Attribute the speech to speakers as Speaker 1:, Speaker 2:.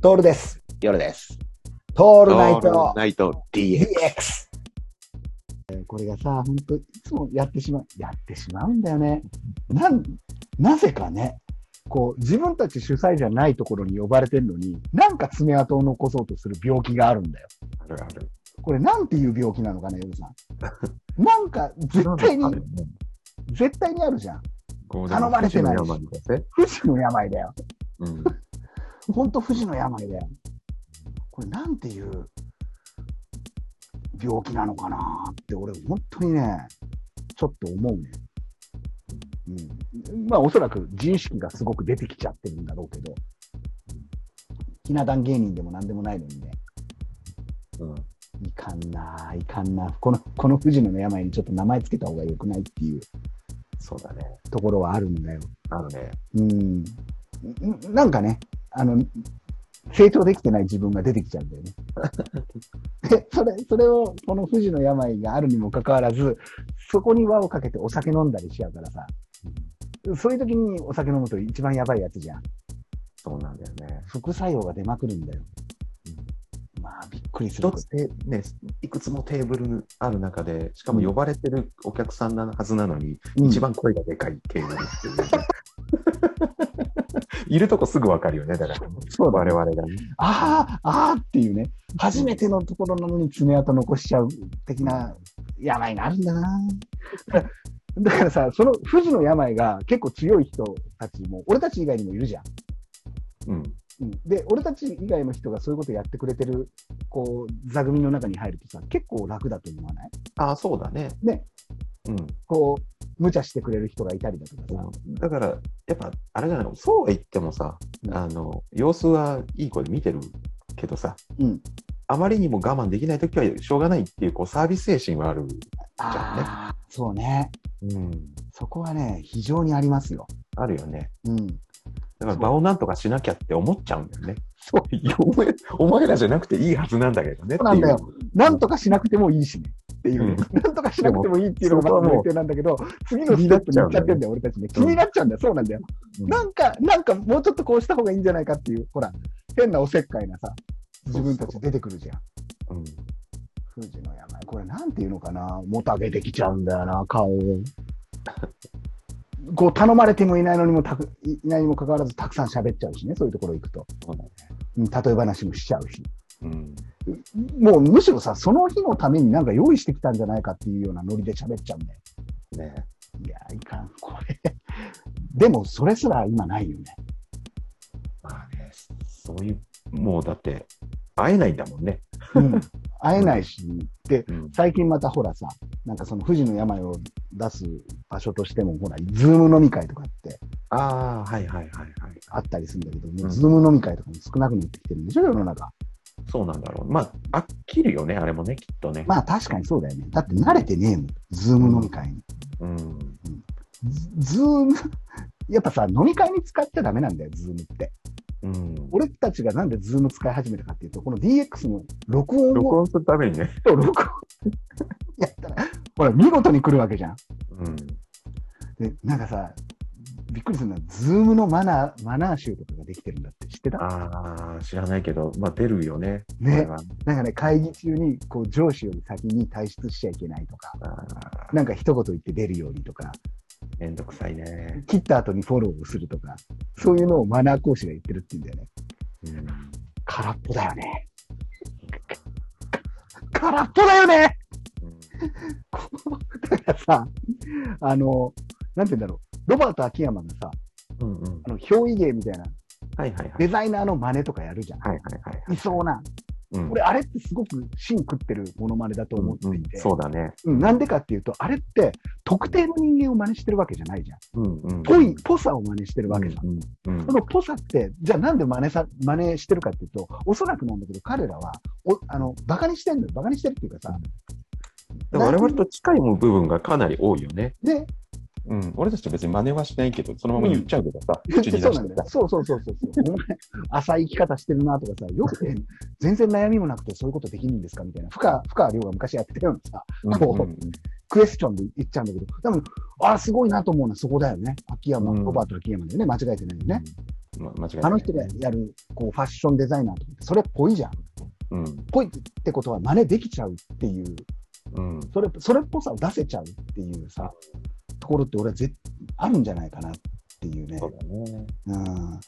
Speaker 1: トールです。
Speaker 2: 夜です。
Speaker 1: ト
Speaker 2: オ
Speaker 1: ールナイト
Speaker 2: ナイト DX。
Speaker 1: DX。えーこれがさ、本当いつもやってしまう、やってしまうんだよね。なん、なぜかね、こう、自分たち主催じゃないところに呼ばれてるのに、なんか爪痕を残そうとする病気があるんだよ。
Speaker 2: あるある。
Speaker 1: これなんていう病気なのかね、ヨルさ ん。なんか、絶対に、絶対にあるじゃん。頼まれてないし不治の病だよ。
Speaker 2: うん。
Speaker 1: 本当不治の病だよ。これなんていう病気なのかなって俺本当にね、ちょっと思うね。うん。まあおそらく自意識がすごく出てきちゃってるんだろうけど、ひな壇芸人でも何でもないのにね、
Speaker 2: うん。
Speaker 1: いかんなあ、いかんなあ。この、この不治の病にちょっと名前つけた方が良くないっていう
Speaker 2: そうだね。
Speaker 1: ところはあるんだよ。
Speaker 2: あのね。
Speaker 1: うん。んなんかね、あの、成長できてない自分が出てきちゃうんだよね。で、それ、それを、この不治の病があるにもかかわらず、そこに輪をかけてお酒飲んだりしちゃうからさ、そういう時にお酒飲むと一番やばいやつじゃん。
Speaker 2: そうなんだよね。
Speaker 1: 副作用が出まくるんだよ。まあ、びっくりする
Speaker 2: 一。つで、ね、いくつもテーブルある中で、しかも呼ばれてるお客さんなはずなのに、
Speaker 1: うん
Speaker 2: 一番声がでかいテーブルっていうね、 いるとこすぐわかるよね、だから。
Speaker 1: そうだ
Speaker 2: 我
Speaker 1: ね
Speaker 2: 々がね。
Speaker 1: ああ、ああっていうね、初めてのところなのに爪痕残しちゃう的な病があるんだな。 だからさ、その不治の病が結構強い人たちも、俺たち以外にもいるじゃん。
Speaker 2: うん。
Speaker 1: うん、で、俺たち以外の人がそういうことやってくれてる、こう、座組の中に入るとさ、結構楽だと思わない
Speaker 2: ああ、そうだね。
Speaker 1: ね。
Speaker 2: うん。
Speaker 1: こう、無茶してくれる人がいたりだとかさ。
Speaker 2: だから、やっぱ、あれじゃない、そうは言ってもさ、
Speaker 1: うん
Speaker 2: あの、様子はいい子で見てるけどさ、
Speaker 1: うん。
Speaker 2: あまりにも我慢できないときはしょうがないっていう、こう、サービス精神はある。
Speaker 1: ああ、そうね。
Speaker 2: うん。
Speaker 1: そこはね、非常にありますよ。
Speaker 2: あるよね。
Speaker 1: うん。
Speaker 2: だから場をなんとかしなきゃって思っちゃうんだよね。
Speaker 1: そう。
Speaker 2: いやお前お前らじゃなくていいはずなんだけどねって
Speaker 1: そう
Speaker 2: い
Speaker 1: なん
Speaker 2: う。
Speaker 1: だよなんとかしなくてもいいしね。っていう、ねなんとかしなくてもいいっていうのがまず前提なんだけど、次のステップに行っちゃってんだよ、俺たちね。気になっちゃうんだよ、そうなんだよ。
Speaker 2: うん
Speaker 1: なんか、なんかもうちょっとこうした方がいいんじゃないかっていう、ほら、変なおせっかいなさ、自分たち出てくるじゃん。
Speaker 2: うん
Speaker 1: 富士の病。これなんていうのかな、もたげてきちゃうんだよな、顔 を。こう頼まれてもいないのにもたく、いいないにもかかわらず、たくさん喋っちゃうしね、そういうところ行くと。
Speaker 2: そうだね
Speaker 1: うん例え話もしちゃうし。
Speaker 2: うん
Speaker 1: もうむしろさ、その日のためになんか用意してきたんじゃないかっていうようなノリで喋っちゃうんだよ。
Speaker 2: ね
Speaker 1: いや、いかん、これ。でも、それすら今ないよね。
Speaker 2: まあね、そういう、もうだって、会えないんだもんね。
Speaker 1: うん、会えないし、で、
Speaker 2: うん
Speaker 1: 最近またほらさ、なんかその富士の病を出す場所としても、ほら、ズーム飲み会とかって
Speaker 2: ああ、はいはいはいはい。
Speaker 1: あったりするんだけど、もう
Speaker 2: うん
Speaker 1: ズーム飲み会とかも少なくなってきてるんでしょ、世の中。
Speaker 2: そうなんだろう。まあ、飽きるよね、あれもね、きっとね。
Speaker 1: まあ、確かにそうだよね。だって慣れてねえもん、ズーム飲み会に。
Speaker 2: うん。
Speaker 1: ズズーム、やっぱさ、飲み会に使っちゃダメなんだよ、ズームって。
Speaker 2: うん。
Speaker 1: 俺たちがなんでズーム使い始めたかっていうと、この DX の録音
Speaker 2: 録
Speaker 1: を、
Speaker 2: 音するためにね。
Speaker 1: 録音 やったら、ほら、見事に来るわけじゃん。
Speaker 2: うん。
Speaker 1: で、なんかさ、びっくりするのは、ズームのマナー、マナー集とかができてるんだって知ってた
Speaker 2: ああ、知らないけど、まあ出るよね。これ
Speaker 1: ね。
Speaker 2: は
Speaker 1: なんかね、会議中に、こう、上司より先に退出しちゃいけないとか、
Speaker 2: ああ、
Speaker 1: なんか一言言って出るようにとか、
Speaker 2: めんどくさいね。
Speaker 1: 切った後にフォローをするとか、そういうのをマナー講師が言ってるって言うんだよね。
Speaker 2: うん。
Speaker 1: 空っぽだよね。空っぽだよね
Speaker 2: うん
Speaker 1: こうだからさ、あの、なんて言うんだろう。ロバート秋山がさ、
Speaker 2: うんうん。
Speaker 1: あの、憑依芸みたいな、
Speaker 2: はいはいはい。
Speaker 1: デザイナーの真似とかやるじゃん。
Speaker 2: はいはいはい。
Speaker 1: いそうな。
Speaker 2: うん
Speaker 1: 俺、あれってすごく芯食ってるものまねだと思っていて、
Speaker 2: そうだね。
Speaker 1: うんなんでかっていうと、あれって特定の人間を真似してるわけじゃないじゃん。
Speaker 2: うんうん。
Speaker 1: ぽい、ぽさを真似してるわけじゃん。
Speaker 2: うんうん
Speaker 1: そのぽさって、じゃあなんで真似さ、真似してるかっていうと、おそらくなんだけど、彼らは、お、あの、バカにしてるんだよ。バカにしてるっていうかさ、
Speaker 2: でも我々と近い部分がかなり多いよね。
Speaker 1: で、
Speaker 2: うん、俺たちと別に真似はしないけど、そのまま言っちゃうけどさ、口 に
Speaker 1: そうな
Speaker 2: 出し
Speaker 1: ん
Speaker 2: て
Speaker 1: だよ
Speaker 2: さ。。
Speaker 1: そうそうそうそうそう。お前、浅い生き方してるなとかさ、よくて、全然悩みもなくてそういうことできるんですかみたいな。深川、深川亮が昔やってたようなさ、そう
Speaker 2: うんうんうん
Speaker 1: クエスチョンで言っちゃうんだけど、多分、ああ、すごいなと思うのはそこだよね。秋山、
Speaker 2: うん
Speaker 1: ロバート秋山だよね。間違えてないよね。
Speaker 2: ま、間違いない。
Speaker 1: あの人がやる、こう、ファッションデザイナーとかって、それっぽいじゃん。っ
Speaker 2: うん。
Speaker 1: ぽいってことは真似できちゃうっていう、
Speaker 2: うん。
Speaker 1: それ、それっぽさを出せちゃうっていうさ、ところって俺は絶あるんじゃないかなっていうね
Speaker 2: そ。うだね。
Speaker 1: うん。